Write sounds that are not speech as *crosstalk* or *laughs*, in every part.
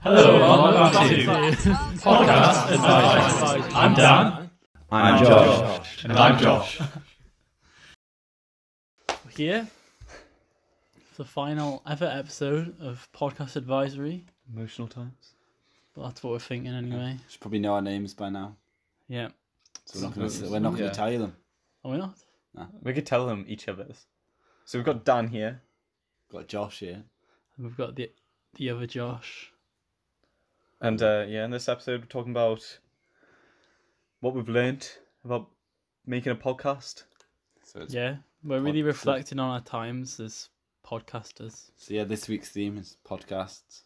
Hello, welcome to Podcast Advice. I'm Dan. I'm Josh. And I'm Josh. We're here. It's the final ever episode of Podcast Advisory. Emotional times. But that's what we're thinking anyway. should probably know our names by now. Yeah. So we're not going to we're not going to Yeah. tell you them. Are we not? We could tell them each other's. So we've got Dan here. Got Josh here. And we've got the the other Josh. And uh, yeah, in this episode, we're talking about what we've learnt about making a podcast. So it's, Yeah. We're really reflecting on our times as podcasters so yeah, this week's theme is podcasts.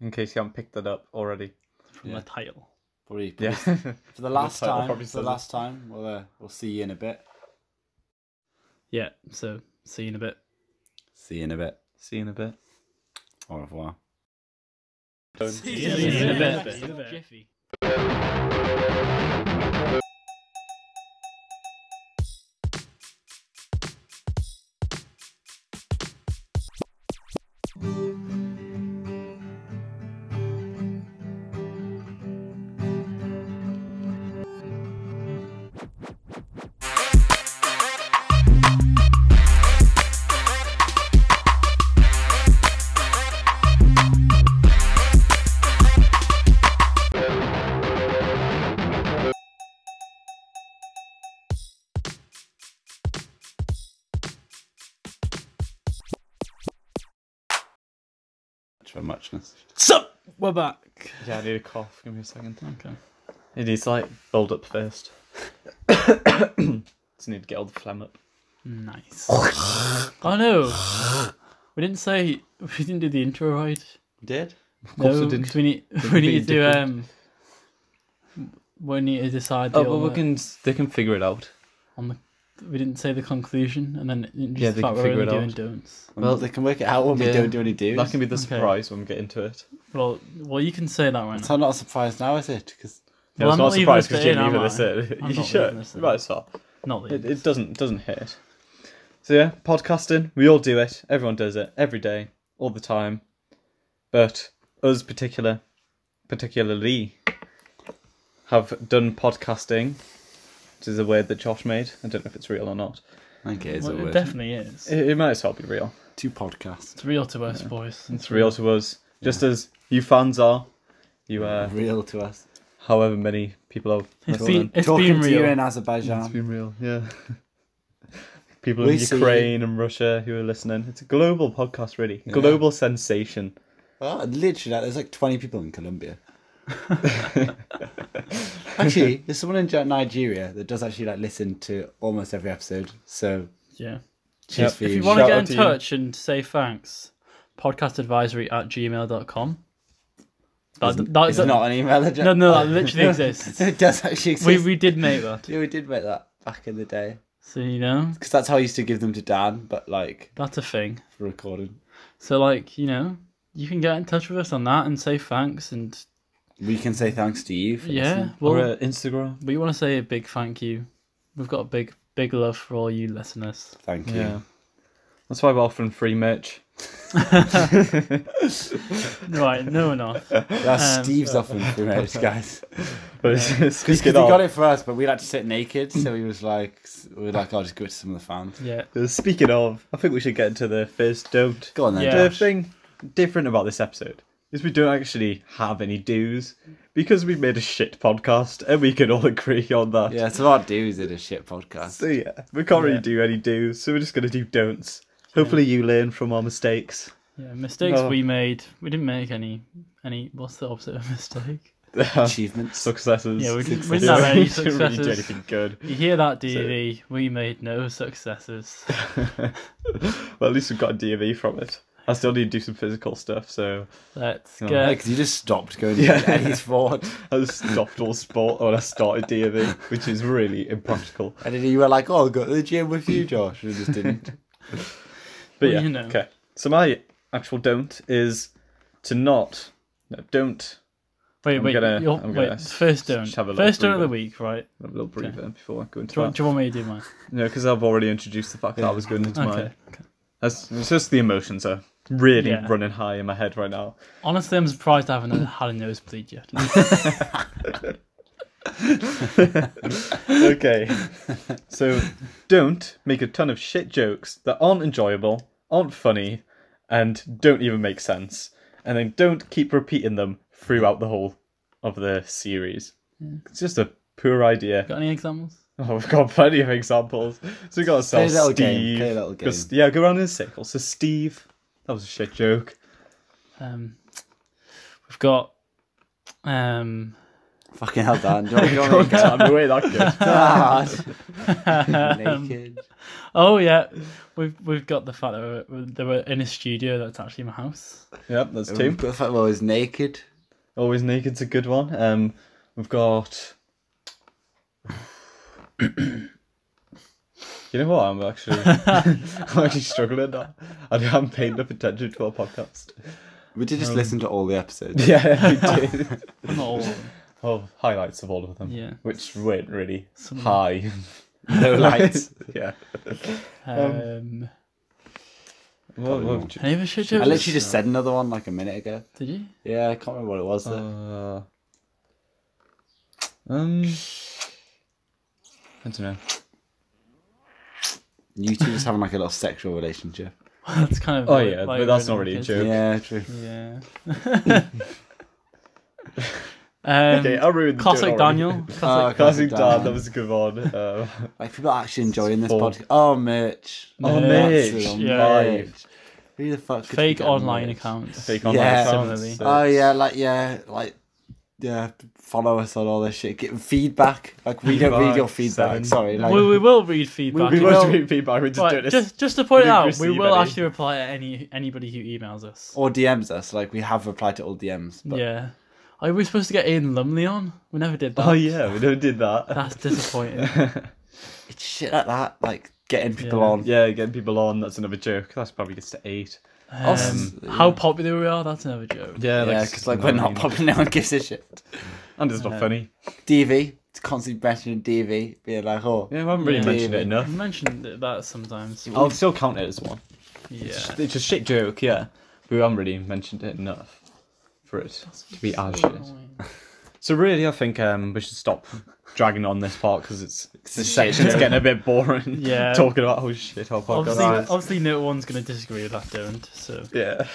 In case you haven't picked that up *laughs* already. from Yeah. the title. Probably, Yeah. probably- for the last *laughs* title time. probably For the says it. last time, we'll uh, we'll see you in a bit. Yeah, so see you in a bit. See you in a bit. See you in a bit. Au revoir. See you in a bit. Jiffy. Much for muchness. Sup! We're back. Yeah, I need a cough. Give me a second. Okay. It needs to, like build up *coughs* first. Just need to get all the phlegm up. Nice. oh no. We didn't say we didn't do the intro right. Dead? No, course we didn't. 'cause we need *laughs* be we need to um different. we need to decide the Oh, well, order we can. They can figure it out. on the we didn't say the conclusion and then it Yeah, just they can about we're only figure it doing out. don'ts. Well, they can work it out when we yeah. don't do any dues. That can be the Okay. surprise when we get into it. Well well you can say that right It's now. not a surprise now, is it? Because Yeah, it's Well, not I'm a not leaving surprise this because bit you in, didn't am even this I? in. *laughs* You I'm not leaving should. this in. Right, it's fine. Not the It, it doesn't doesn't hurt. So yeah, podcasting, we all do it. Everyone does it every day, all the time. But us particular particularly have done podcasting, which is a word that Josh made. I don't know if it's real or not. I think it is well, a it word. definitely is. It, it might as well be real. Two podcasts. It's real to us boys. It's real to us, just as you fans are. You uh, Real to us. however many people are. It's Talking, been it's talking been to you real. in Azerbaijan. been real, yeah. *laughs* People We in see you. Ukraine and Russia who are listening. It's a global podcast, really. Global sensation. Oh, literally, like, there's like 20 people in *laughs* Colombia. actually, there's someone in Ja- Nigeria that does actually like listen to almost every episode. So Yeah. Yep. cheers for If you. you want to Shout get out in to you. touch and say thanks, podcastadvisory at gmail.com. That, that, it's that- not an email address. *laughs* No, no, that literally exists. *laughs* it does actually We, exist. we did make that. yeah, we did make that back in the day So, you know, because that's how I used to give them to Dan, but like that's a thing. for recording. So, like, you know, you can get in touch with us on that and say thanks. And We can say thanks to you for yeah, listening. well, or uh, Instagram. we want to say a big thank you. We've got a big, big love for all you *laughs* listeners. Thank you. Yeah. That's why we're offering free merch. Right, no, we're not. That's Um, Steve's offering *laughs* for merch, guys. But it's, *laughs* it's Because just he get off. got it for us, but we like to sit naked, so he was like, we were like, I'll just give it to some of the fans. Yeah. uh, Speaking of, I think we should get into the first don't. Go on then, Yeah. The Josh. thing different about this episode is we don't actually have any dues because we made a shit podcast and we can all *laughs* agree on that. Yeah, it's a lot of dudes in a shit podcast. So yeah, we can't really Yeah. do any do's, so we're just gonna do don'ts. Hopefully, you learn from our *laughs* mistakes. *laughs* Yeah, mistakes No. we made. We didn't make any. Any? What's the opposite of mistake? Achievements. Successes. *laughs* Yeah, we didn't- we Successes. didn't have any We didn't really do successes. anything good. You hear that, DV? We made *laughs* no successes. Well, at least we've got a DME from it. I still need to do some physical stuff, so Let's Oh. get. Because you just stopped going Yeah. yeah. he's forward. I just stopped all sport when I started DME, which is really impractical. And then you were like, oh, I'll go to the gym with you, Josh. And you just didn't. But Well, yeah, you know. okay. So my actual don't is to not, no, don't. Wait, I'm wait, gonna- you're, I'm wait. gonna First don't. just have a little First don't of the breather. week, right? Have a little breather before I go into Do you, that. want, do you want me to do mine? No, because I've already introduced the fact that I was going into Okay. my. That's it's just the emotions, sir. really Yeah. running high in my head right now. Honestly, I'm surprised I haven't had a nosebleed yet. Okay. so don't make a ton of shit jokes that aren't enjoyable, aren't funny, and don't even make sense. And then don't keep repeating them throughout the whole of the series. It's just a poor idea. Got any examples? Oh, we've got plenty of examples. So we got ourselves little Steve. game, play a little Go- game. Yeah, go around in a circle. So Steve, that was a shit joke. Um, we've got. Um, *laughs* Fucking hell, Dan. Do you want, do you *laughs* want me to go? Damn, we ain't *laughs* that God. Naked. oh yeah, we've we've got the fact that we're, they were in a studio that's actually my house. good. Yep, that's We've two. got the fact that I was naked. Always naked's a good one. Um, we've got. *sighs* you know what? I'm actually, *laughs* I'm actually struggling. Now. I haven't paid enough attention to our podcast. We did just listen to all the *laughs* episodes. Yeah, *laughs* we did. Well, Not *laughs* all of them. oh, highlights of all of them. Yeah. which weren't really *laughs* Some- high. *laughs* No lights. yeah. Um, What, what, any other shit I jokes? literally just said another one like a minute ago. Did you? *laughs* Yeah, I can't remember what it was. though. uh, um, I don't know. you two just having like a little sexual relationship. that's kind of. Oh, like- yeah, like but that's really not really a kids. joke. Yeah, true. Yeah. *laughs* *laughs* um, Okay, I'll ruin the joke classic already. *laughs* Ah, Daniel. Oh, Classic. Classic Dan. Dan, that was a good one. Um, Like people are actually enjoying this Four. podcast. Oh, merch. Oh, That's merch. it, Yeah. merch. Who the fuck? could fake forget merch? online accounts. fake online Yeah. accounts, Similarly. so Oh it's- yeah, like yeah, like yeah. Follow us on all this shit. Get feedback. Like we don't Feedback, read your feedback. seven. Sorry. Like, We, we will read feedback. We We won't will- read feedback, we just Right, do this. just just to point we it out, we receive will any. actually reply to any anybody who emails us. or DMs us. Like we have replied to all DMs. But yeah. Oh, we were supposed to get Ian Lumley on. We never did that. *laughs* Oh yeah, we never did that. *laughs* That's disappointing. Um, it's shit like that. Like getting people Yeah. on. yeah, getting people on, that's another joke. That's probably gets to eight. Us- Um, how popular we are, that's another joke. Yeah, yeah, because like we're *laughs* not popular. No one gives a shit. And it's not funny. DV. It's constantly mentioning DV. Being like, oh, Yeah, we haven't really Yeah. mentioned it David. enough. I've mentioned th- that sometimes. I'll still count it as one. Yeah. It's a shit joke, yeah. But we haven't really mentioned it enough for it to be as shit. So really, I think um, we should stop dragging on this part because it's a this shit section's joke. getting a bit boring. *laughs* Yeah. talking about how shit our podcast Obviously, is. obviously, no one's going to disagree with that, don't. So Yeah.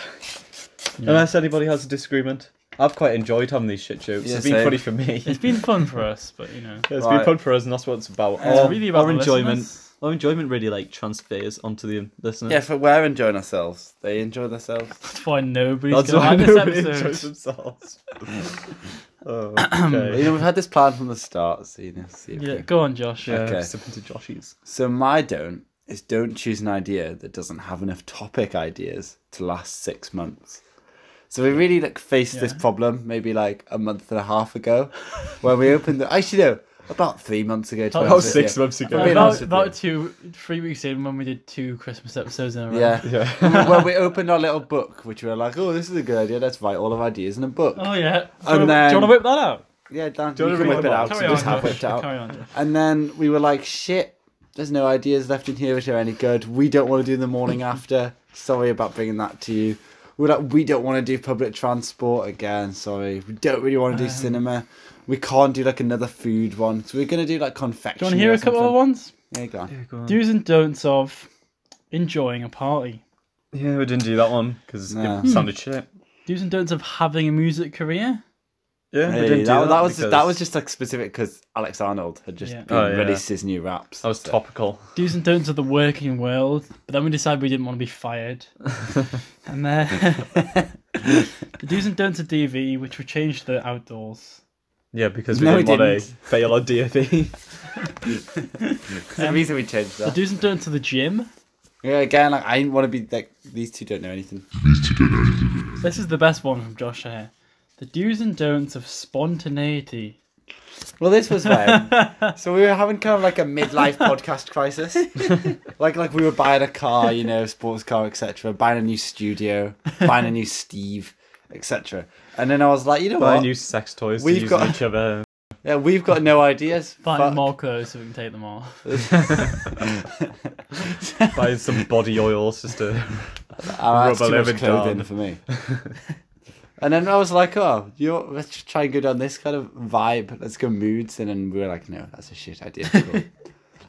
Unless anybody has a disagreement. I've quite enjoyed having these shit jokes. Yeah, it's been same. funny for *laughs* me. it's been fun for us, but you know, It's been Right. fun for us, and that's what it's about. it's our, really about our the Um, enjoyment. listeners. Our enjoyment really like transfers onto the listeners. Yeah, for we're enjoying ourselves. They enjoy themselves. That's why nobody's that's going to why like this nobody enjoys episode. *laughs* themselves. *clears throat* oh, You okay. know, we've had this plan from the start, so you know, see if Yeah, we- go on, Josh. Yeah, Okay. sipping to Joshies. So my don't is don't choose an idea that doesn't have enough topic ideas to last six months. So we really like faced this Yeah. problem maybe like a month and a half ago, when we opened. The, actually, no, about three months ago. to be About That honest was with six you. months I've been ago. on- honest about, with about you. two, three weeks in when we did two Christmas episodes in a row. Yeah. *laughs* Yeah. when we opened our little book, which we were like, "Oh, this is a good idea. Let's write all of our ideas in a book." Oh yeah. Do And you wanna- then- do you want to whip that out? yeah, Dan, Do you you wanna can read whip them it all? out. 'cause Carry I just on, have Josh. whipped out. Carry on. Josh. And then we were like, shit, there's no ideas left in here which are any good. We don't want to do *laughs* the morning after. Sorry about bringing that to you. We're like, we don't want to do public transport again. Sorry. We don't really want to Um, do cinema. We can't do like another food one. So we're going to do like confectionery. Do you want to hear or a couple something. of ones? Yeah, go on. Do's and don'ts of enjoying a party. Yeah, we didn't do that one because No. it sounded shit. Do's and don'ts of having a music career. Yeah, we Hey, didn't do that, that was because that was just like specific because Alex Arnold had just Yeah. been- Oh, yeah. released his new raps. that was So- topical. Do's and don'ts of the working world. But then we decided we didn't want to be *laughs* fired. and then *laughs* the do's and don'ts of DV, which were changed to the outdoors. Yeah, because we No, we didn't, want to didn't. fail our E. DFE. *laughs* the reason we changed The *laughs* that. do's and don'ts of the gym. Yeah, again, like I didn't want to be like these two don't know anything. This is the best one from Josh here. The do's and don'ts of spontaneity. Well, this was when. so we were having kind of like a midlife podcast crisis. like like we were buying a car, you know, sports car, etc. Buying a new studio, buying a new Steve, etc. And then I was like, you know Buy what? new sex toys We've to use got- on each other. yeah, we've got no ideas. Buying Fuck. more clothes so we can take them off. Buy some body oils just to Oh, Rubber that's too much living clothing down. for me. and then I was like, oh, you know, let's just try and go down this kind of vibe. Let's go moods. And then we were like, no, that's a shit idea.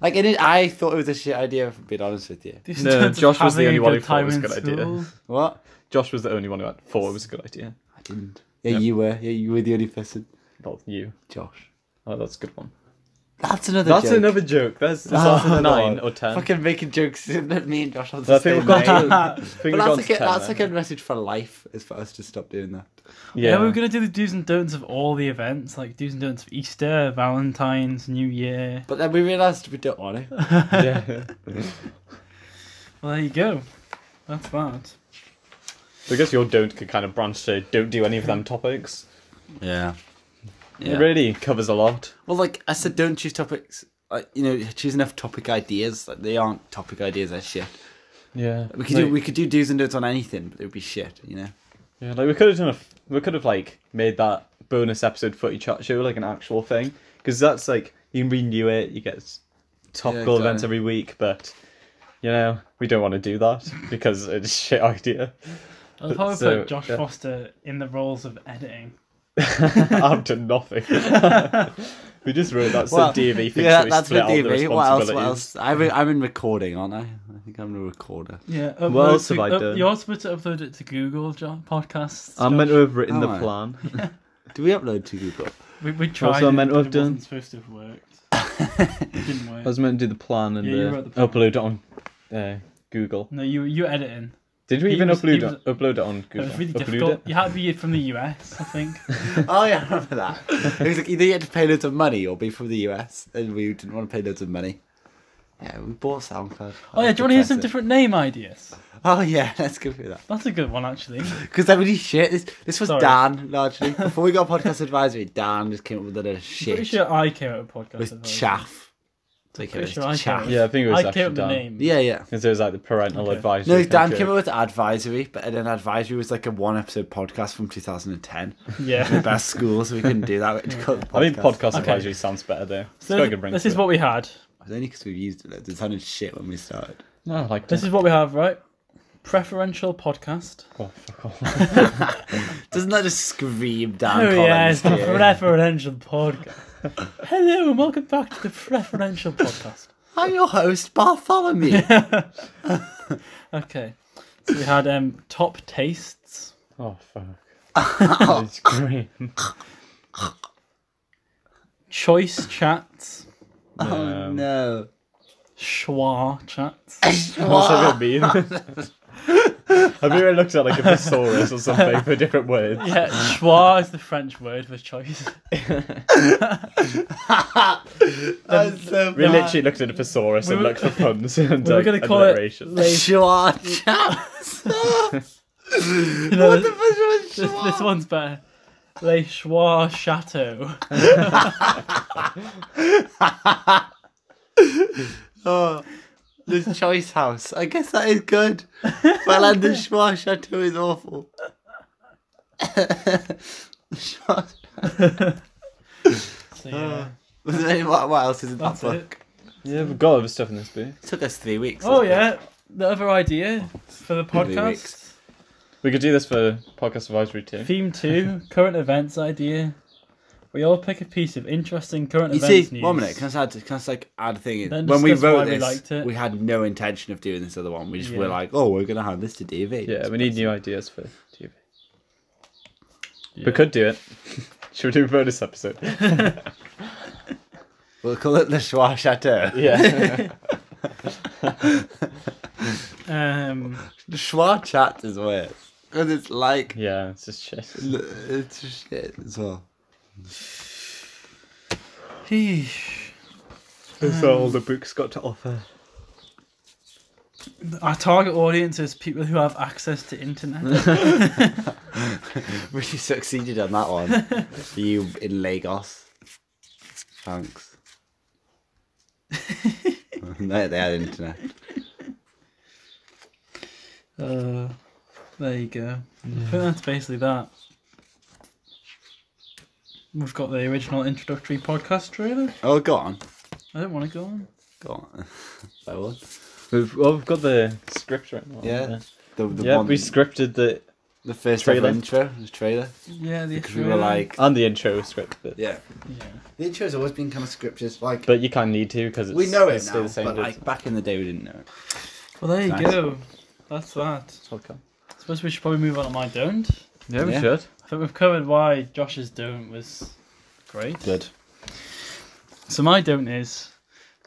like, it is, I thought it was a shit idea, if I'm being honest with you. Just in No, terms of Josh was the having a only one who good thought it time was a in good idea. school. What? Josh was the only one who had thought it was a good idea. I didn't. Yeah, you were. Yeah, you were the only person. Not you. Josh. Oh, that's a good one. That's another That's joke. another joke. That's, that's Oh. after nine or ten. Fucking making jokes *laughs* that me and Josh on I the think same we've got. page. *laughs* I think But we've gone that's, to a good, 10 that's a then. good message for life, is for us to stop doing that. Yeah. Yeah. we were gonna do the do's and don'ts of all the events, like do's and don'ts of Easter, Valentine's, New Year. But then we realised we don't want to. yeah. *laughs* Well, there you go. That's that. Because your don't could kind of branch to don't do any of them topics. Yeah. It really covers a lot. Well, like I said, don't choose topics. Like you know, choose enough topic ideas. Like they aren't topic ideas. They're shit. Yeah. We could do we could do do's and don'ts on anything, but it would be shit. You know. Yeah, like we could have done a, f- we could have like made that bonus episode footy chat show like an actual thing because that's like you can renew it, you get s- topical exactly. events every week, but you know we don't want to do that *laughs* because it's a shit idea. *laughs* I'll probably So, put Josh yeah. Foster in the roles of editing. I've done nothing. *laughs* we just wrote that so Well, DV thinks we split out the responsibilities. What else? What else? I'm in, I'm in recording, aren't I? I think I'm a recorder. Yeah. Upload What else to, have I up- done? You're supposed to upload it to Google jo- podcasts. I'm meant to have written Am the I? plan. *laughs* Do we upload to Google? we, we tried. Also, I it, meant to but have it done- wasn't supposed to have *laughs* worked. it didn't work. I was meant to do the plan and Yeah, you uh, wrote the plan. upload it on uh, Google. No, you you were editing. Did we He even was- he upload was- it, upload it on It Google? was really Upload difficult. it? You had to be from the US, *laughs* I think. oh yeah, *laughs* I remember that. It was like either you had to pay loads of money or be from the US, and we didn't want to pay loads of money. Yeah, we bought SoundCloud. oh yeah, do you want to hear some different name ideas? Oh yeah, *laughs* let's go through that. That's a good one actually. Because that really shit. This, this was Sorry. *laughs* Dan largely. Before we got podcast advisory, Dan just came up with a little shit. Pretty sure I came up with a podcast. it was about it. chaff. It's like it Pretty was sure I came. up chaff. with- Yeah, I think it was I actually came up with the Dan. name. Yeah, yeah. Because it was like the parental Okay. advisory. No, thing Dan to came it. up with advisory, but then advisory was like a one episode podcast from 2010. *laughs* Yeah. Best school, so we couldn't do that. We had to call it I think podcast Okay. advisory sounds better though. It's So got a good ring this to is it. what we had. It was only because we used it. like, It sounded shit when we started. No, I like This is what we have, right? Preferential podcast. Oh, fuck off. Doesn't that just scream Dan Oh Collins? yeah, it's the to you? preferential *laughs* podcast. Hello and welcome back to the preferential podcast. I'm your host, *laughs* Bartholomew. Oh, Okay, so we had um top tastes. Oh, *laughs* fuck. it's great. Choice chats, oh no. schwa chats, What's that mean? Have *laughs* you ever looked at like a thesaurus or something for different words? *laughs* Yeah, schwa is the French word for *laughs* choice. That's so We bad. literally looked at a thesaurus We and were- looked for puns and *laughs* we were like, gonna call it- alliteration. *laughs* *laughs* Sure, chaps. You know, What the fuck this, this one's better. Les Choix Chateau. Oh, the choice house. I guess that *laughs* is good. Well, and the Schwa Chateau is awful. *laughs* Schwa- So, yeah, Was there any- *laughs* what, what else is in that's that book? it. Yeah, we've got other stuff in this book. took us three weeks. Oh this book. yeah, the other idea for the podcast. weeks. We could do this for podcast advisory too. Theme two, current events idea. We all pick a piece of interesting current You events see, news. one minute, can I just add, can I just like add a thing in? Then when we discuss why wrote we this, liked it. we had no intention of doing this other one. We just were Yeah. like, oh, we're going to hand this to DV. Yeah, we need new ideas for TV. We could do it. *laughs* Should we do a bonus episode? We'll call it the Schwa Chateau. *laughs* Yeah. Um, The Schwa Chat is worse. Because it's like, yeah, it's just shit. l- it's just shit as well. Sheesh. *laughs* That's all the book's got to offer. our target audience is people who have access to *laughs* internet. Really succeeded on that one. For you in Lagos. Thanks. no, they had internet. uh, there you go. I think that's basically that. We've got the original introductory podcast trailer. Oh, go on. I don't want to go on. Go on. *laughs* That one. We've, well, we've got the script right now. haven't Yeah. we? The, the yeah, one, we scripted the the first trailer. ever intro, the trailer, Yeah, the because we were like, and the intro was scripted, yeah, yeah. the intro's always been kind of scripted. Like but you kind of need to because we know it it's still now, the same as but like back in the day we didn't know it. Well, there you Nice. go. That's that. this podcast. I suppose we should probably move on to my don't. Yeah, we Yeah. should. I think we've covered why Josh's don't was great. Good. So my don't is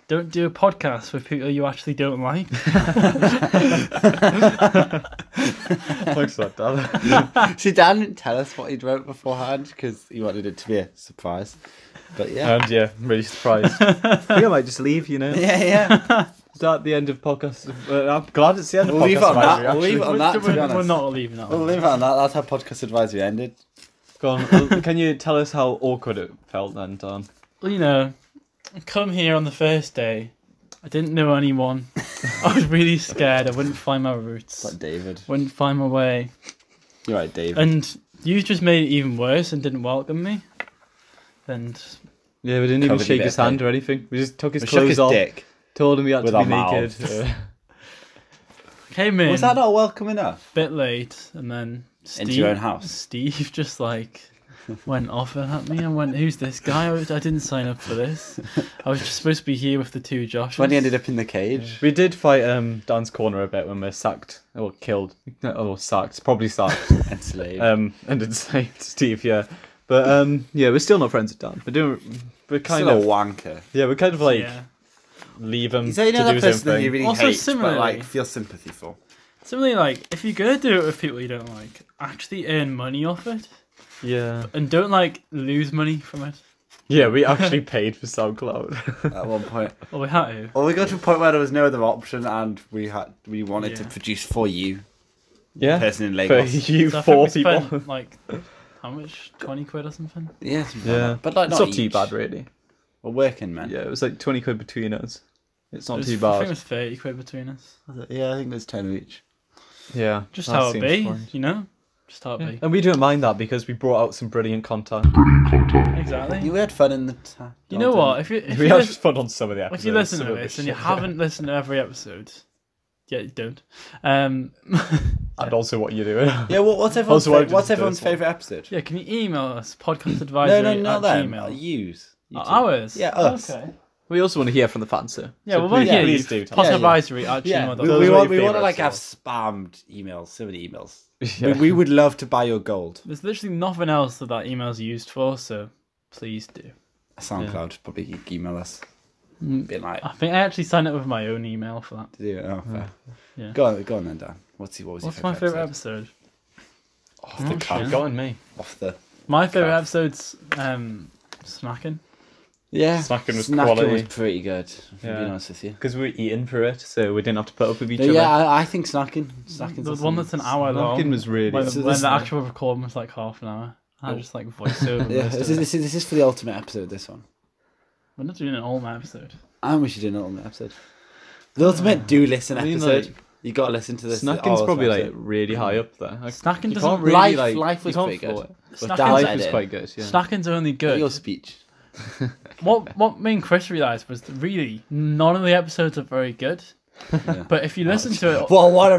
don't do a podcast with people you actually don't like. *laughs* Thanks for that, Dan. See, Dan didn't tell us what he'd wrote beforehand because he wanted it to be a surprise. But *laughs* yeah, And yeah, I'm really surprised. *laughs* I might just leave, you know. *laughs* yeah, yeah. Is that the end of *laughs* podcast? Uh, I'm glad it's the end We'll of podcast. leave it on advisory, that. We'll actually. leave it on we're, that. To be we're- we're honest. not leaving that. We'll on. leave it on that. That's how podcast advisory ended. Go on. uh, Can you tell us how awkward it felt then, Dan? Well, you know, I come here on the first day. I didn't know *laughs* anyone. I was really scared. I wouldn't find my roots. It's like David. wouldn't find my way. You're right, David. And you just made it even worse and didn't welcome me. And Yeah, we didn't Covered even your shake bit, his hand or anything. We just took his We shook clothes his off, dick. told him he had with to be our mouth. naked. *laughs* Uh, came in Was that not welcome enough? a bit late, and then Steve, Into your own house. Oh, Steve just like went off at me and went, "Who's this guy? I, I didn't sign up for this. I was just supposed to be here with the two Joshes." When he ended up in the cage. we did fight um, Dan's corner a bit when we are sacked or killed No, or sacked, probably *laughs* sacked, Enslaved. um, and *laughs* enslaved Steve. Yeah, but um, yeah, we're still not friends with Dan. We're doing, we're kind Still of, a wanker. yeah, we're kind of like yeah. leave him He's you know to do that his own person that thing. you really Also hate, similarly- but like feel sympathy for. Similarly, like if you're gonna do it with people you don't like, actually earn money off it Yeah, and don't like lose money from it. yeah, we actually paid for SoundCloud. *laughs* At one point, Well, we had Oh, to. or we got to a point where there was no other option, and we had we wanted to Yeah. produce for you, yeah, person in for Lagos. you So I think four we people. spent, like how much? Twenty quid or something. *laughs* Yeah, something like Yeah. that. but like It's not, not too each. bad, really. We're working, man. Yeah, it was like twenty quid between us. It's It not was- too I think it bad. was thirty quid between us. yeah I think there's ten of each. Yeah, Just that how it seems be, fine. you know. Just how it be. And we don't mind that because we brought out some brilliant content. Exactly. You had fun in the time. You know what? If you if we you, had lis- fun on some of the episodes. if you listen some to of it this and you shit. *laughs* haven't listened to every episode, yeah, you don't. Um, *laughs* and also what you're doing. *laughs* Yeah, what, what's everyone's, Also, I fa- did what's the everyone's first one. favourite episode? yeah, can you email us No, podcastadvisory no, not at them. gmail? Yous. You Uh, two. ours. Yeah, us. Okay. We also want to hear from the fans, so Yeah, well, we'll please, hear please you. do. Tell us. Yeah, Podcastadvisory at Yeah, gmail.com. we, Those we are want your we want to favourites, like have yeah. spammed emails, so many emails. *laughs* Yeah. We, we would love to buy your gold. There's literally nothing else that that email's used for, so please do. SoundCloud probably you can email us. Mm, Be like, I think I actually signed up with my own email for that. do it. Oh, fair. Yeah. Go on, go on then, Dan. What's he? What was What's your my favourite favourite episode? episode? Off the Oh, cuff. shit. Got on me. Off the. My favourite Cuff. episode's um, Smacking. Yeah. Snacking was Snacking was quality. pretty good. If I'm Yeah. being honest with you. Because we were eating for it, so we didn't have to put up with each But other. yeah, I, I think snacking. Snacking's The awesome. one that's an hour Snacking long. was really. when, So when this- Oh. the actual recording was like half an hour. I just like voice *laughs* over. Yeah, most this of is, it. this, is, this is for the ultimate episode. This one, We're not doing an all night episode. and we should do an ultimate episode. The ultimate do listen I mean, episode. like, you gotta listen to this. Snacking's oh, probably it's an like really high up there. I- Snacking you doesn't- can't really Life- like. life was you can't pretty good. fault it. episode. Snacking- But Life Life was quite good. Yeah. Snacking's only good. Your speech. What what me and Chris realised was that really none of the episodes are very good. *laughs* But if you Oh, listen to it, Well, what a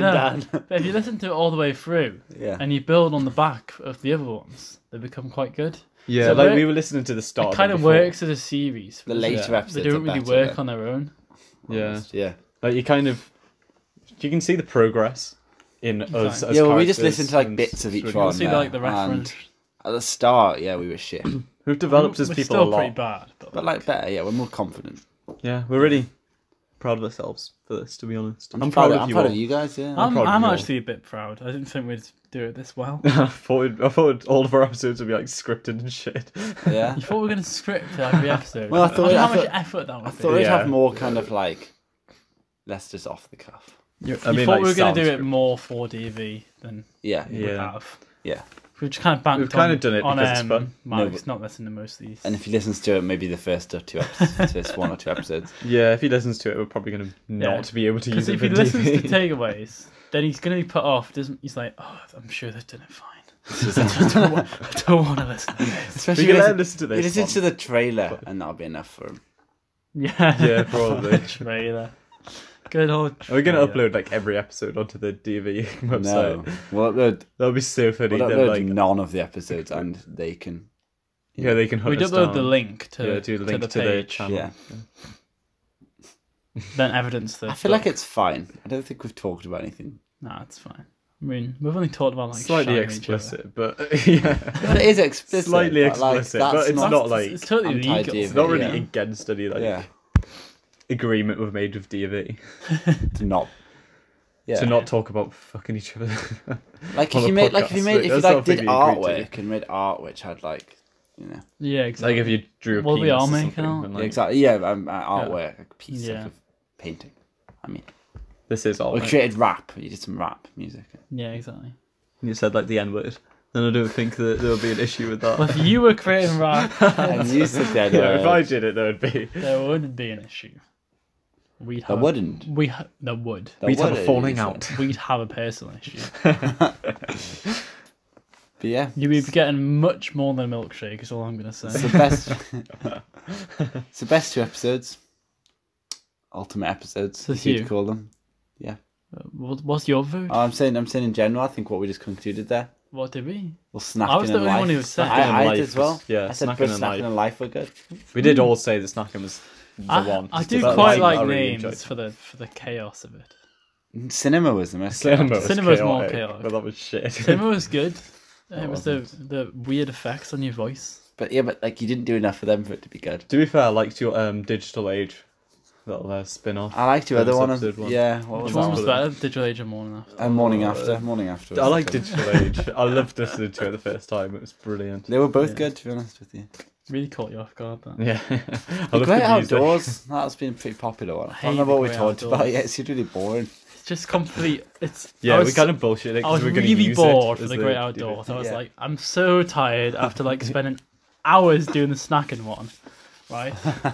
*laughs* No. Dan. *laughs* but if you listen to it all the way through, yeah. and you build on the back of the other ones, they become quite good. Yeah, So like we're- we were listening to the start. It of kind them of before. works as a series. the because later episodes. They don't really work on their own. Oh, Yeah, Yeah. like you kind of, you can see the progress in us. Exactly. As Yeah, well, we just characters listened to, like, and bits of each it's You one. really- can see yeah, like the reference. and At the start, yeah, we were shit, We've developed as We're people a still pretty lot. bad, but, but like better. Yeah, we're more confident. Yeah, we're really proud of ourselves for this. To be honest, I'm, proud, proud, I'm of you. proud all. of you guys. Yeah. I'm, proud of I'm you all. actually a bit proud. I didn't think we'd do it this well. *laughs* I thought, we'd- I thought all of our episodes would be like scripted and shit. yeah. You thought we were going to script every episode. Well, I thought- Imagine I how much thought- effort that would I thought we'd Yeah. have more kind of like, let's just off the cuff. be. You, *laughs* I you mean, thought like, we were going to do it sound more for DV than Yeah. we Yeah. have. Yeah. We've just kind of banked We've kind on- of done it on, because it's um, fun. No, Mike's not listening to most of these. And if he listens to it, maybe the first or two episodes, first one or *laughs* two episodes. yeah, if he listens to it, we're probably going to not be able to use Because it. if he for listens to TV. *laughs* takeaways, then he's going to be put off. Doesn't he's like, oh, I'm sure they've done it *laughs* fine. *laughs* I don't, want, I don't want to listen to this. we Especially can if let he him listen to this. listens to one. the trailer, and that'll be enough for him. Yeah. Yeah, probably. *laughs* Trailer. Good old. Are we gonna Yeah. upload like every episode onto the DV *laughs* website? No, we'll upload, *laughs* That'll be so funny. we'll Then upload like, none of the episodes, and they can. yeah, they can hunt We'd us upload down. the link to, yeah, do the link to the to the page, channel. Yeah, then evidence the. I feel like it's fine. I don't think we've talked about *laughs* anything. Nah, it's fine. I mean, we've only talked about like Slightly shagging each other. explicit, but *laughs* yeah, But it is explicit. Slightly but, like, explicit, that's but it's not, not- It's- like, it's totally legal. anti-DV, it's not really Yeah. against any like *laughs* Yeah, agreement we've made with DV to not. Yeah, to not talk about fucking each other. *laughs* like on if a you made, like if you podcast, made, if you that's not like did something you agreed to. artwork and made art which had like, you know, Yeah, It's like exactly. if you drew a Well, we penis are or making something, out. and, yeah, like, exactly, yeah, um, uh, artwork, like a piece like, Yeah. of painting. I mean, This is all. we right. created rap. You did some rap music. Yeah, exactly. You said like the N word. Then I don't think that there'll be an issue with that. Well, *laughs* if you were creating rap, *laughs* and you said that. yeah, if I did it, there would be. there wouldn't be an issue. We'd I have. wouldn't. We ha- there would. That We'd have a wouldn't, falling you said. out. We'd have a personal issue. But yeah, You'd be getting much more than a milkshake. Is all I'm gonna it's say. the best. it's the best two episodes. Ultimate episodes, So if you'd few. call them. What- What's your vote? Oh, I'm saying, I'm saying in general. I think what we just concluded there. what did we? Well, snacking I was the and only life. one who said- I, Snacking and I life did as well. was- yeah, I said snacking both and snacking life. and life were good. We did all say the snacking was the I, one. I do But, quite like I really enjoyed names *laughs* for the for the chaos of it. Cinema was the most. Cinema was Cinema's more chaotic, chaotic. But that was shit. Cinema was good. It was the the weird effects on your voice. But yeah, but like you didn't do enough for them for it to be good. *laughs* to be fair, I liked your um, Digital Age, little uh, spin off. I liked your That other was one. episode one. Yeah, what Which was one that? one? was better? Digital Age or Morning After? And morning after, morning after. I was liked good. Digital *laughs* Age. I loved listening to it the first time. It was brilliant. They were both Yeah. good, to be honest with you. Really caught you off guard. *laughs* That. Yeah. *laughs* I The loved Great the music. Outdoors. That's been a pretty popular one. I, hate don't know The what we Great talked about Outdoors. yet. It's really boring. It's just complete. It's I Yeah, was, we kind of bullshit it I because was we're going to really use it bored for as *laughs* the Great Outdoors. I was Yeah. like, I'm so tired after like spending hours doing the snacking one. Right, *laughs*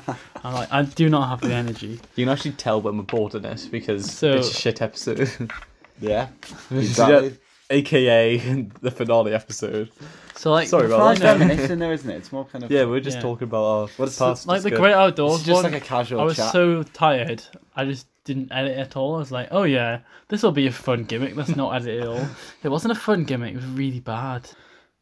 I'm like, I do not have the energy. You can actually tell when we're bored in it because So- it's a shit episode. *laughs* Yeah, *laughs* exactly. AKA the finale episode. So like, Sorry It's about that. *laughs* not feminist in there, isn't it? It's more kind of Yeah, we were just Yeah. talking about our What's past. like the discuss- Great Outdoors It's just one. like a casual I was chat. so tired. I just didn't edit at all. I was like, oh yeah, this will be a fun gimmick. Let's not edit at *laughs* all. It wasn't a fun gimmick. It was really bad.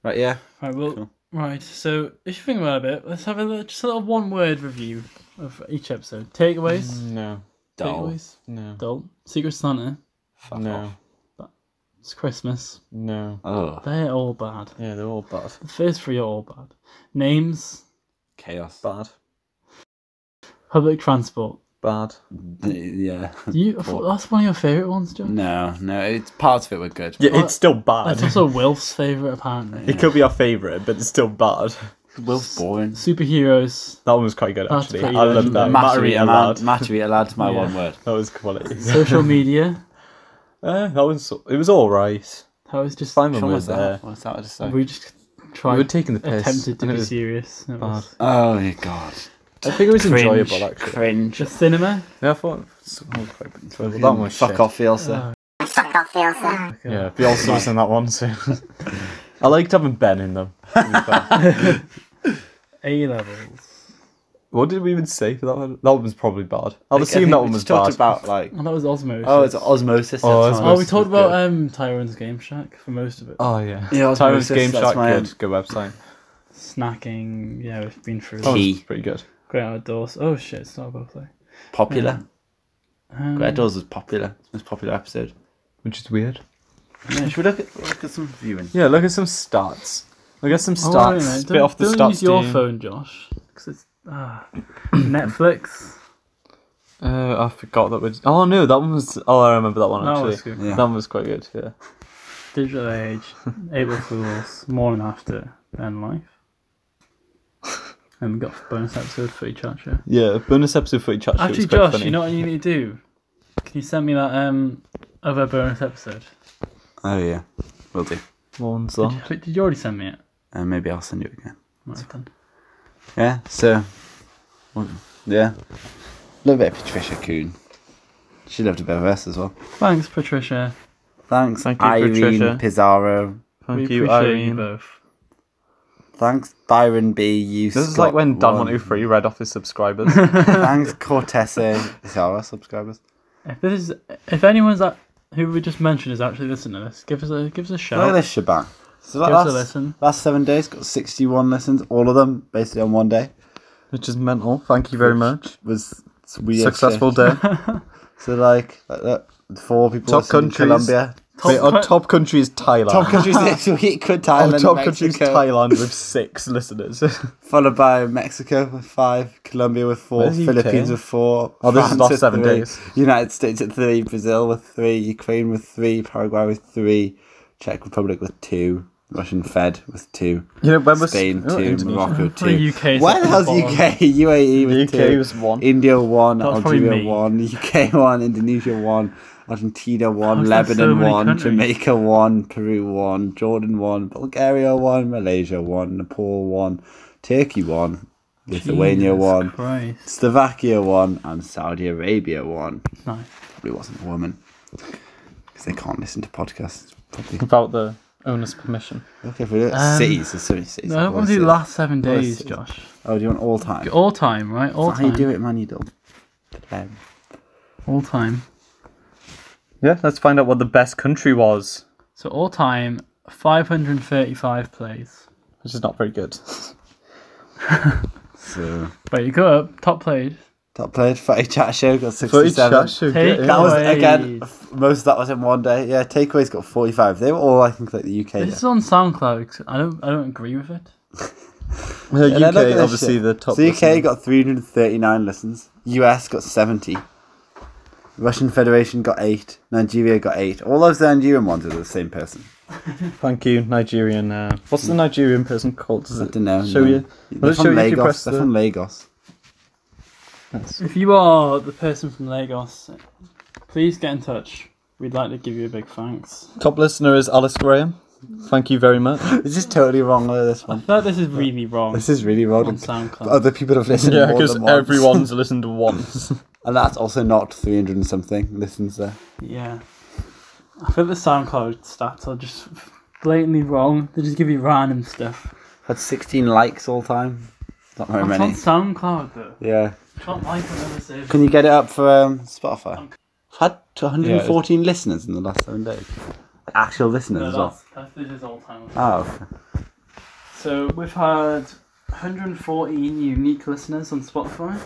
Right, yeah. Right. Well. Cool. Right. So if you think about it a bit, let's have a little, just a little one word review of each episode. Takeaways. Mm, No, Dull. Takeaways. no, Adult. Secret Santa. Fuck no, off. It's Christmas. no. Oh, They're all bad. Yeah, they're all bad. The first three are all bad. Names. chaos. Bad. Public *laughs* transport. Bad. Yeah. Do you? That's one of your favourite ones, John. No, no. It's parts of it were good. Yeah, Well, it's still bad. That's also Wilf's favourite, apparently. *laughs* It could be our favourite, but it's still bad. Will's boring. Superheroes. That one was quite good, That's actually. pretty I love good. that. Mattery Mattery allowed. allowed. Mattery allowed's my Yeah. one word. That was quality. *laughs* Social media. Eh, that was. It was all right. That was just. Fine when Which we one were was there. that? What was that? I just like- We just We tried. were taking the piss. attempted to and it be was- serious. and it bad. was- Oh my god. I think it was Cringe. enjoyable, actually. Cringe. The cinema. Yeah, I thought it was quite enjoyable. That one was Fuck shit. off, Fielsa. Yeah, Bielsa was in that one too. *laughs* I liked having Ben in them. to be fair. A levels. *laughs* what did we even say for that one? That one was probably bad. I'll Like, I assume think that we one was just talked bad. about like. And that was Osmo. Oh, it's osmosis. Oh, that's osmosis. Oh, fine. we was talked about good. um Tyrone's Game Shack for most of it. Oh yeah. Yeah, Tyrant's osmosis. Game that's Shack, my um, good, good website. Snacking. Yeah, we've been through. That that. Oh. Key. was pretty good. Great outdoors. Oh shit, it's not about play. Popular. Um, Great Doors was popular. It's the most popular episode. Which is weird. Should we look at, look at some viewing? Yeah, look at some stats. Look at some Oh, wait a stats. minute, Spit don't- off the don't stats. use your Dean. phone, Josh. 'cause it's ah. *coughs* Netflix. Uh, I forgot that was. Oh no, that one was. Oh, I remember that one That actually. was good. Yeah. That one was quite good. Yeah. Digital Age, April Fools, Morning After, Then Life. And we got a bonus episode for each actually. Yeah. Bonus episode footage actually. Actually, was quite Josh, funny. you know what you need to do? Can you send me that um other bonus episode? Oh yeah, will do. What one's Did that? you, did you already send me it? And maybe I'll send you again. Right, then. Yeah. So, well, yeah, a little bit of Patricia Coon. She loved a bit of us as well. Thanks, Patricia. Thanks, Thank you, Irene Patricia. Pizarro. Thank we you, appreciate Irene. you both. Thanks, Byron B. You. This is like *laughs* *laughs* when Dan123 read off his subscribers. *laughs* Thanks, Cortese. Is that our subscribers? If this is, if anyone's that who we just mentioned is actually listening to this, give us a give us a Look at shout. this shebang. So that Give us a last, listen. last seven days got 61 listens, all of them basically on one day. Which is mental. Thank you very much. Was it's weird. Successful shit. *laughs* day. So like, like that, four people Top listening in countries. Colombia. Top, Wait, our cou- top country is Thailand. Top countries this *laughs* week were Our Thailand, and top country is Mexico, Thailand with six *laughs* listeners. oh, followed by Mexico with five, Colombia with four, Where's the Philippines UK? with four. Oh, this is France last with seven three, days. United States with three, Brazil with three, Ukraine with three, Paraguay with three, Czech Republic with two, Russian Fed with two, You know, when was Spain oh, two, Indonesia. Morocco *laughs* The two. UK is Where at the the hell's bottom. *laughs* UK? UAE with The E two. UK was one. India one, That's probably Algeria me. one, *laughs* UK one, Indonesia one, Argentina one, is there Oh, so Lebanon many one, countries? Jamaica one, Peru one, Jordan one, Bulgaria one, Malaysia one, Nepal one, Turkey one, Lithuania Jesus one, Christ. Slovakia one, and Saudi Arabia one. No. Probably wasn't a woman because they can't listen to podcasts. Probably. Without the owner's permission. Okay, if we do Um, cities, there's so many cities. No, I don't want to Cities. do last seven What is days, it? Josh. Oh, do you want all time? All time, right? All That's how you do time. it, man. You don't. Um, All time. Yeah, let's find out what the best country was, So all time, 535 plays. which is not very *laughs* good. so. But you go up, top played. Top played, footy chat show got So each 67. chat should Take get in. That was Takeaways. again f- most of that was in one day. Yeah, takeaways got 45. They were all I think like the UK. This is on SoundCloud. 'cause I don't, I don't agree with it. Yeah, Yeah, now look at UK, this obviously shit. the top. so UK listener. got 339 listens. US got 70. Russian Federation got 8. Nigeria got 8. All those Nigerian ones are the same person. Thank you, Nigerian. Uh, what's the Nigerian person called? Does I it don't know. show no. you? They're Will it from show you if you Lagos. press They're the- *laughs* from Lagos. If you are the person from Lagos, please get in touch. We'd like to give you a big thanks. Top listener is Alice Graham. Thank you very much. This is totally wrong though, this I one. thought this is really wrong This is really on wrong. SoundCloud. Other people have *laughs* listened yeah, more because than once. everyone's listened *laughs* once. And that's also not 300 and something uh, listens there. Yeah. I think the SoundCloud stats are just blatantly wrong. They just give you random stuff. Had 16 likes all time. Not very It's many. on SoundCloud though. Yeah. Can't like another save. Can you get it up for um, Spotify? I've had 114 listeners in the last seven days. Like, Actual listeners No, as well. that's, that's, this is all time. Oh, okay. So we've had 114 unique listeners on Spotify.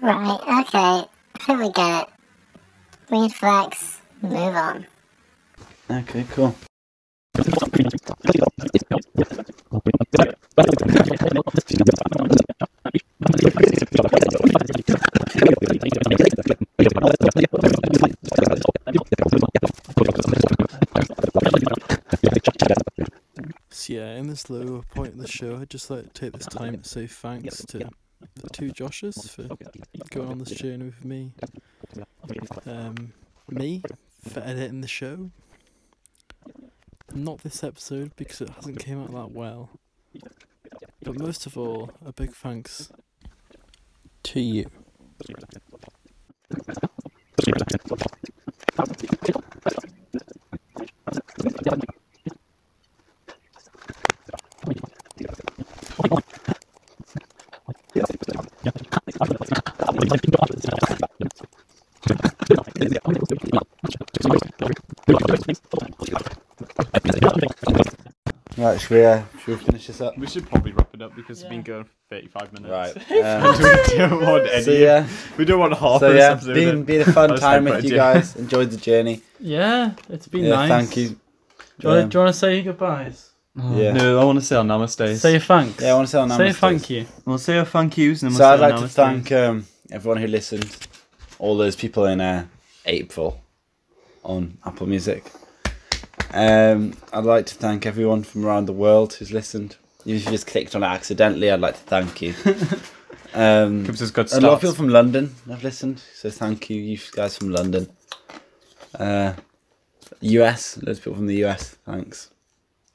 Right, okay. I think we get it. Weird flex. Move on. okay, cool. So yeah, in this low point of the show, I'd just like to take this time to say thanks to the two Joshes for going on this journey with me. Um, me for editing the show. Not this episode because it hasn't came out that well. But most of all, a big thanks to you. Right, should we, uh, should we finish this up? We should probably wrap it up because it's been going for 35 minutes. Right. *laughs* Um, we *laughs* don't want any. so yeah, We don't want half so of yeah, this episode. been, been a I fun was time like, with you right, guys. Enjoyed the journey. Yeah, it's been Yeah, nice. thank you. Do you, wanna, Yeah. do you want to say your goodbyes? yeah. No, I want to say our namaste. Say your thanks. Yeah, I want to say our say namaste. thank you. we'll say our thank yous and then So we'll I'd say our like to namastes. thank um, everyone who listened, all those people in uh, April on Apple Music. Um, I'd like to thank everyone from around the world who's listened. Even If you just clicked on it accidentally, I'd like to thank you. um, Gives us good a lot of stats. people from London have listened, so thank you, you guys from London. Uh, US, loads of people from the US, thanks.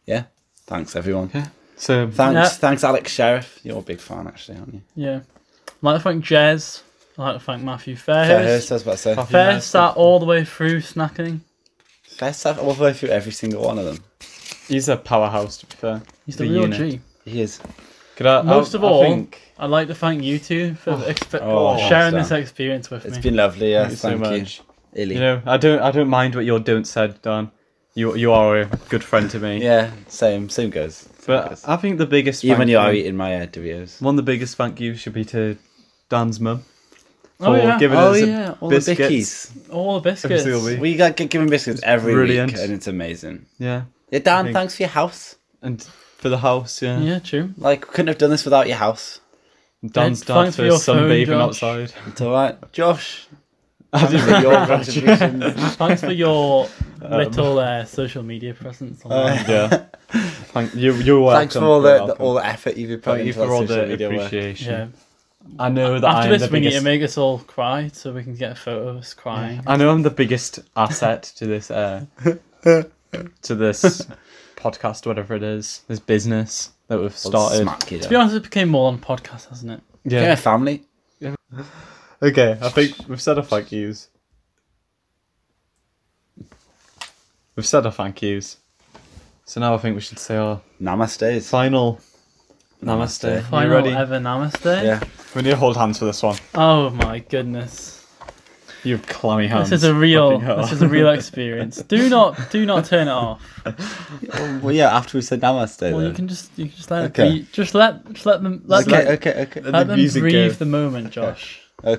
Yeah, thanks everyone. So Thanks, Yeah. thanks Alex Sheriff. You're a big fan actually, aren't you? Yeah. I'd like to thank Jez. I'd like to thank Matthew Fairhurst, Fairhurst. I was about to say. Fairhurst sat all the way through snacking. Let's have all the way through every single one of them. he's a powerhouse, to be fair. He's the, The real unit. G. He is. Could I, Most I, of I all, think- I'd like to thank you two for expe- Oh, sharing Stan. this experience with It's me. been lovely. Yes, Thank you so thank you. much. Illy. You know, I don't I don't mind what your don't said, Dan. You you are a good friend to me. yeah, same. Same goes. Same But goes. I think the biggest even thank you are you- eating my uh, Doritos. one of the biggest thank yous should be to Dan's mum for Oh, yeah. giving Oh us a yeah, all biscuits. the bickies. All the Every biscuits. single week. We got g- given biscuits every Brilliant. week, and it's amazing. Yeah, Yeah, I Dan, think- thanks for your house. and for the house. Yeah, Yeah, true. Like, we couldn't have done this without your house. Dan's Yeah, dad thanks for for your phone, sunbathing Josh. outside. It's all right, *laughs* Josh. I thanks for your contribution. Thanks for *laughs* your Um, little uh, social media presence. On uh, that. yeah, *laughs* thank you. You're welcome. Thanks for all You're the, the welcome. all the effort you've been putting Thank you into that for all social the media work. appreciation. yeah. I know that After I'm this, the we need to biggest. make us all cry so we can get a photo of us crying. I know I'm the biggest asset to this *laughs* uh, to this podcast, whatever it is, this business that we've started. Smack you To be honest, it became more on podcast, hasn't it? Yeah. Yeah, family. Okay, I *laughs* think we've said our thank yous. We've said our thank yous. So now I think we should say our Namaste. final namaste. Final you ready? ever namaste. Yeah. We need to hold hands for this one. Oh my goodness. You clammy hands. This is a real. Fucking hell. This is *laughs* a real experience. Do not, do not turn it off. Well, yeah. After we said namaste, Well, you then. can just, you can just let Okay. it be. Just let, just let them, let okay, them, okay, okay, okay, let them music go. breathe the moment, Josh. Right,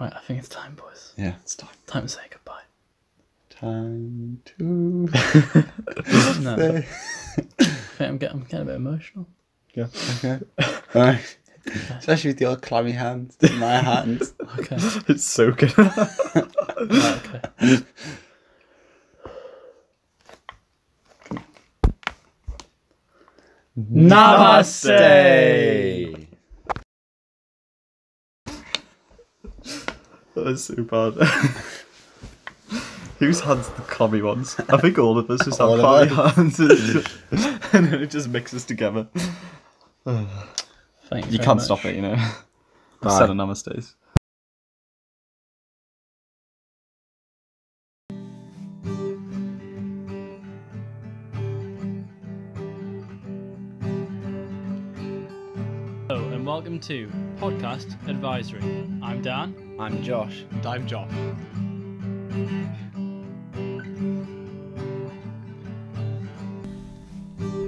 I think it's time, boys. Yeah. it's time. Time to say *laughs* goodbye. Time to. No. I *laughs* think I'm getting, I'm getting a *laughs* bit emotional. *laughs* Alright. Especially with your clammy hands, my hands. Okay. It's so good. *laughs* right, okay. Namaste. That was so bad. *laughs* Whose hands are the clammy ones? I think all of us just have All clammy of *laughs* hands. It's just- and then it just mixes together. Thank You you. very can't much. stop it, you know. I've Bye. said a namaste. Hello and welcome to Podcast Advisory. I'm Dan. I'm Josh. I'm Josh.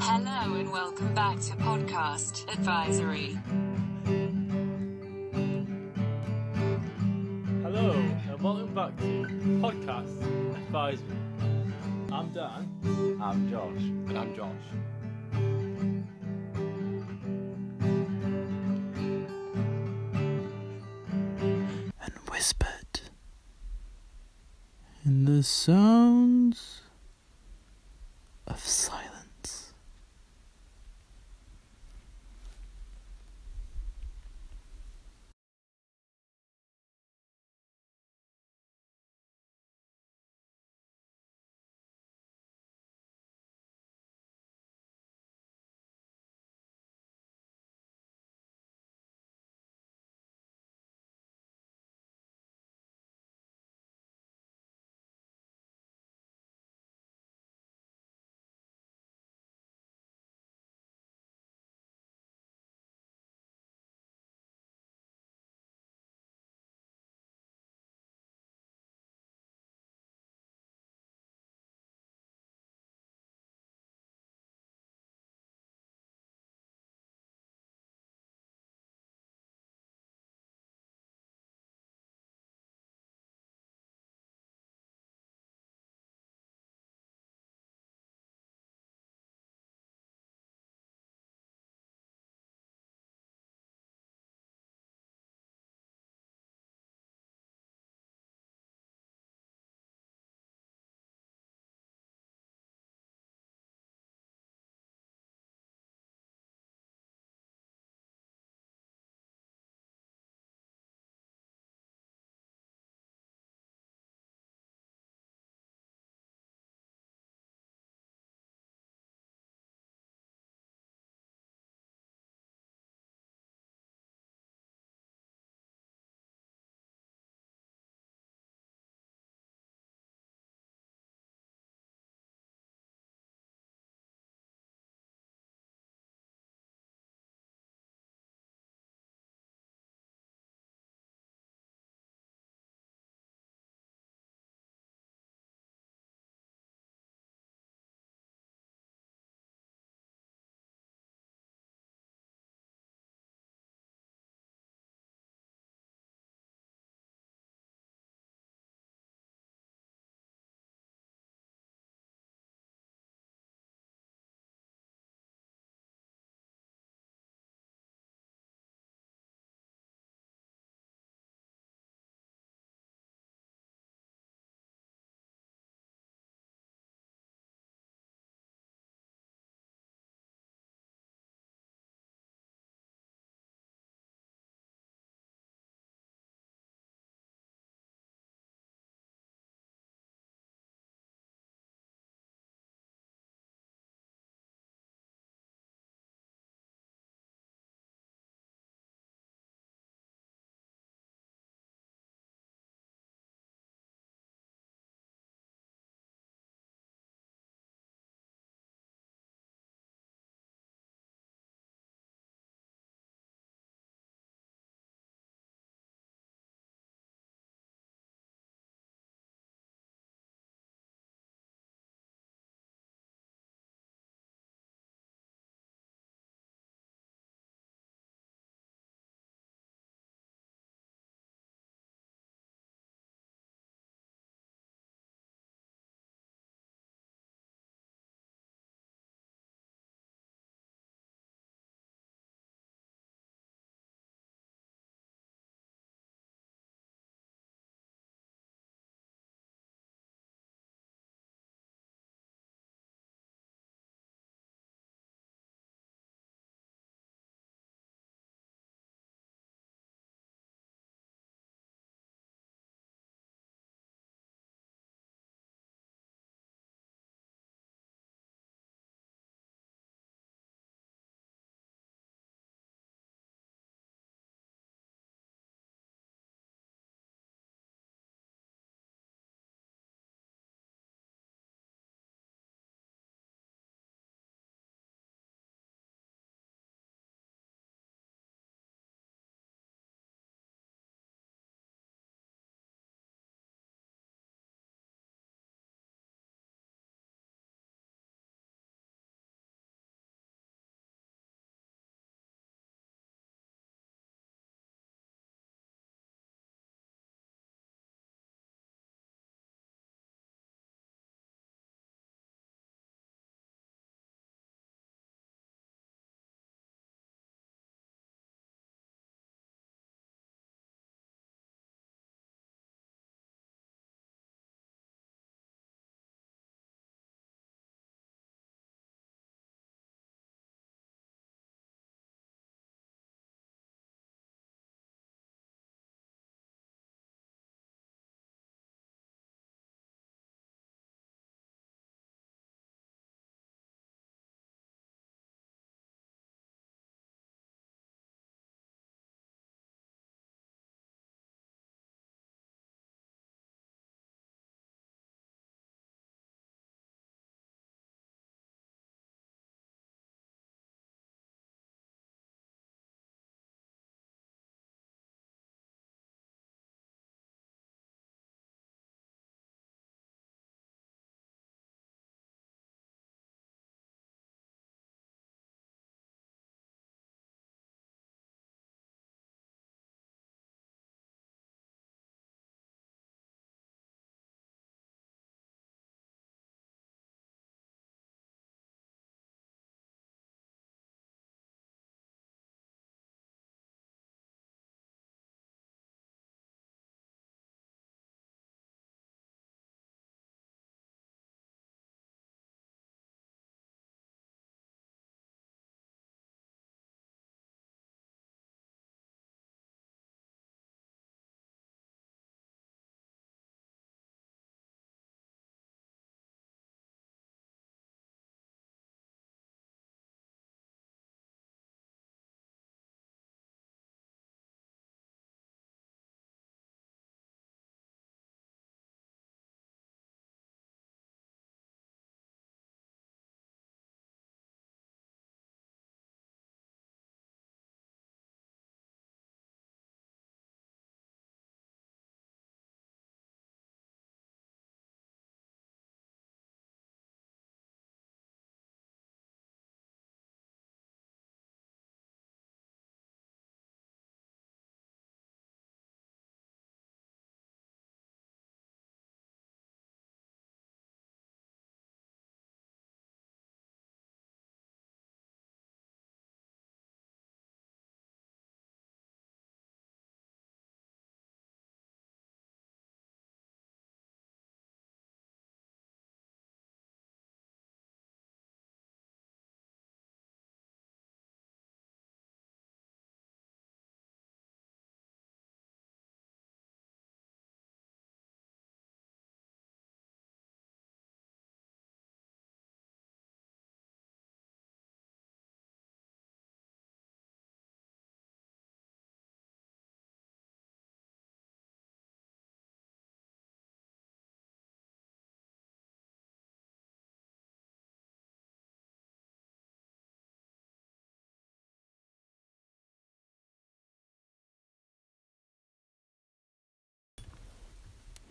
Hello and welcome back to Podcast Advisory. Hello, and welcome back to Podcast Advisory. I'm Dan. I'm Josh. And I'm Josh. and whispered in the sounds of silence.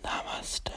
Namaste.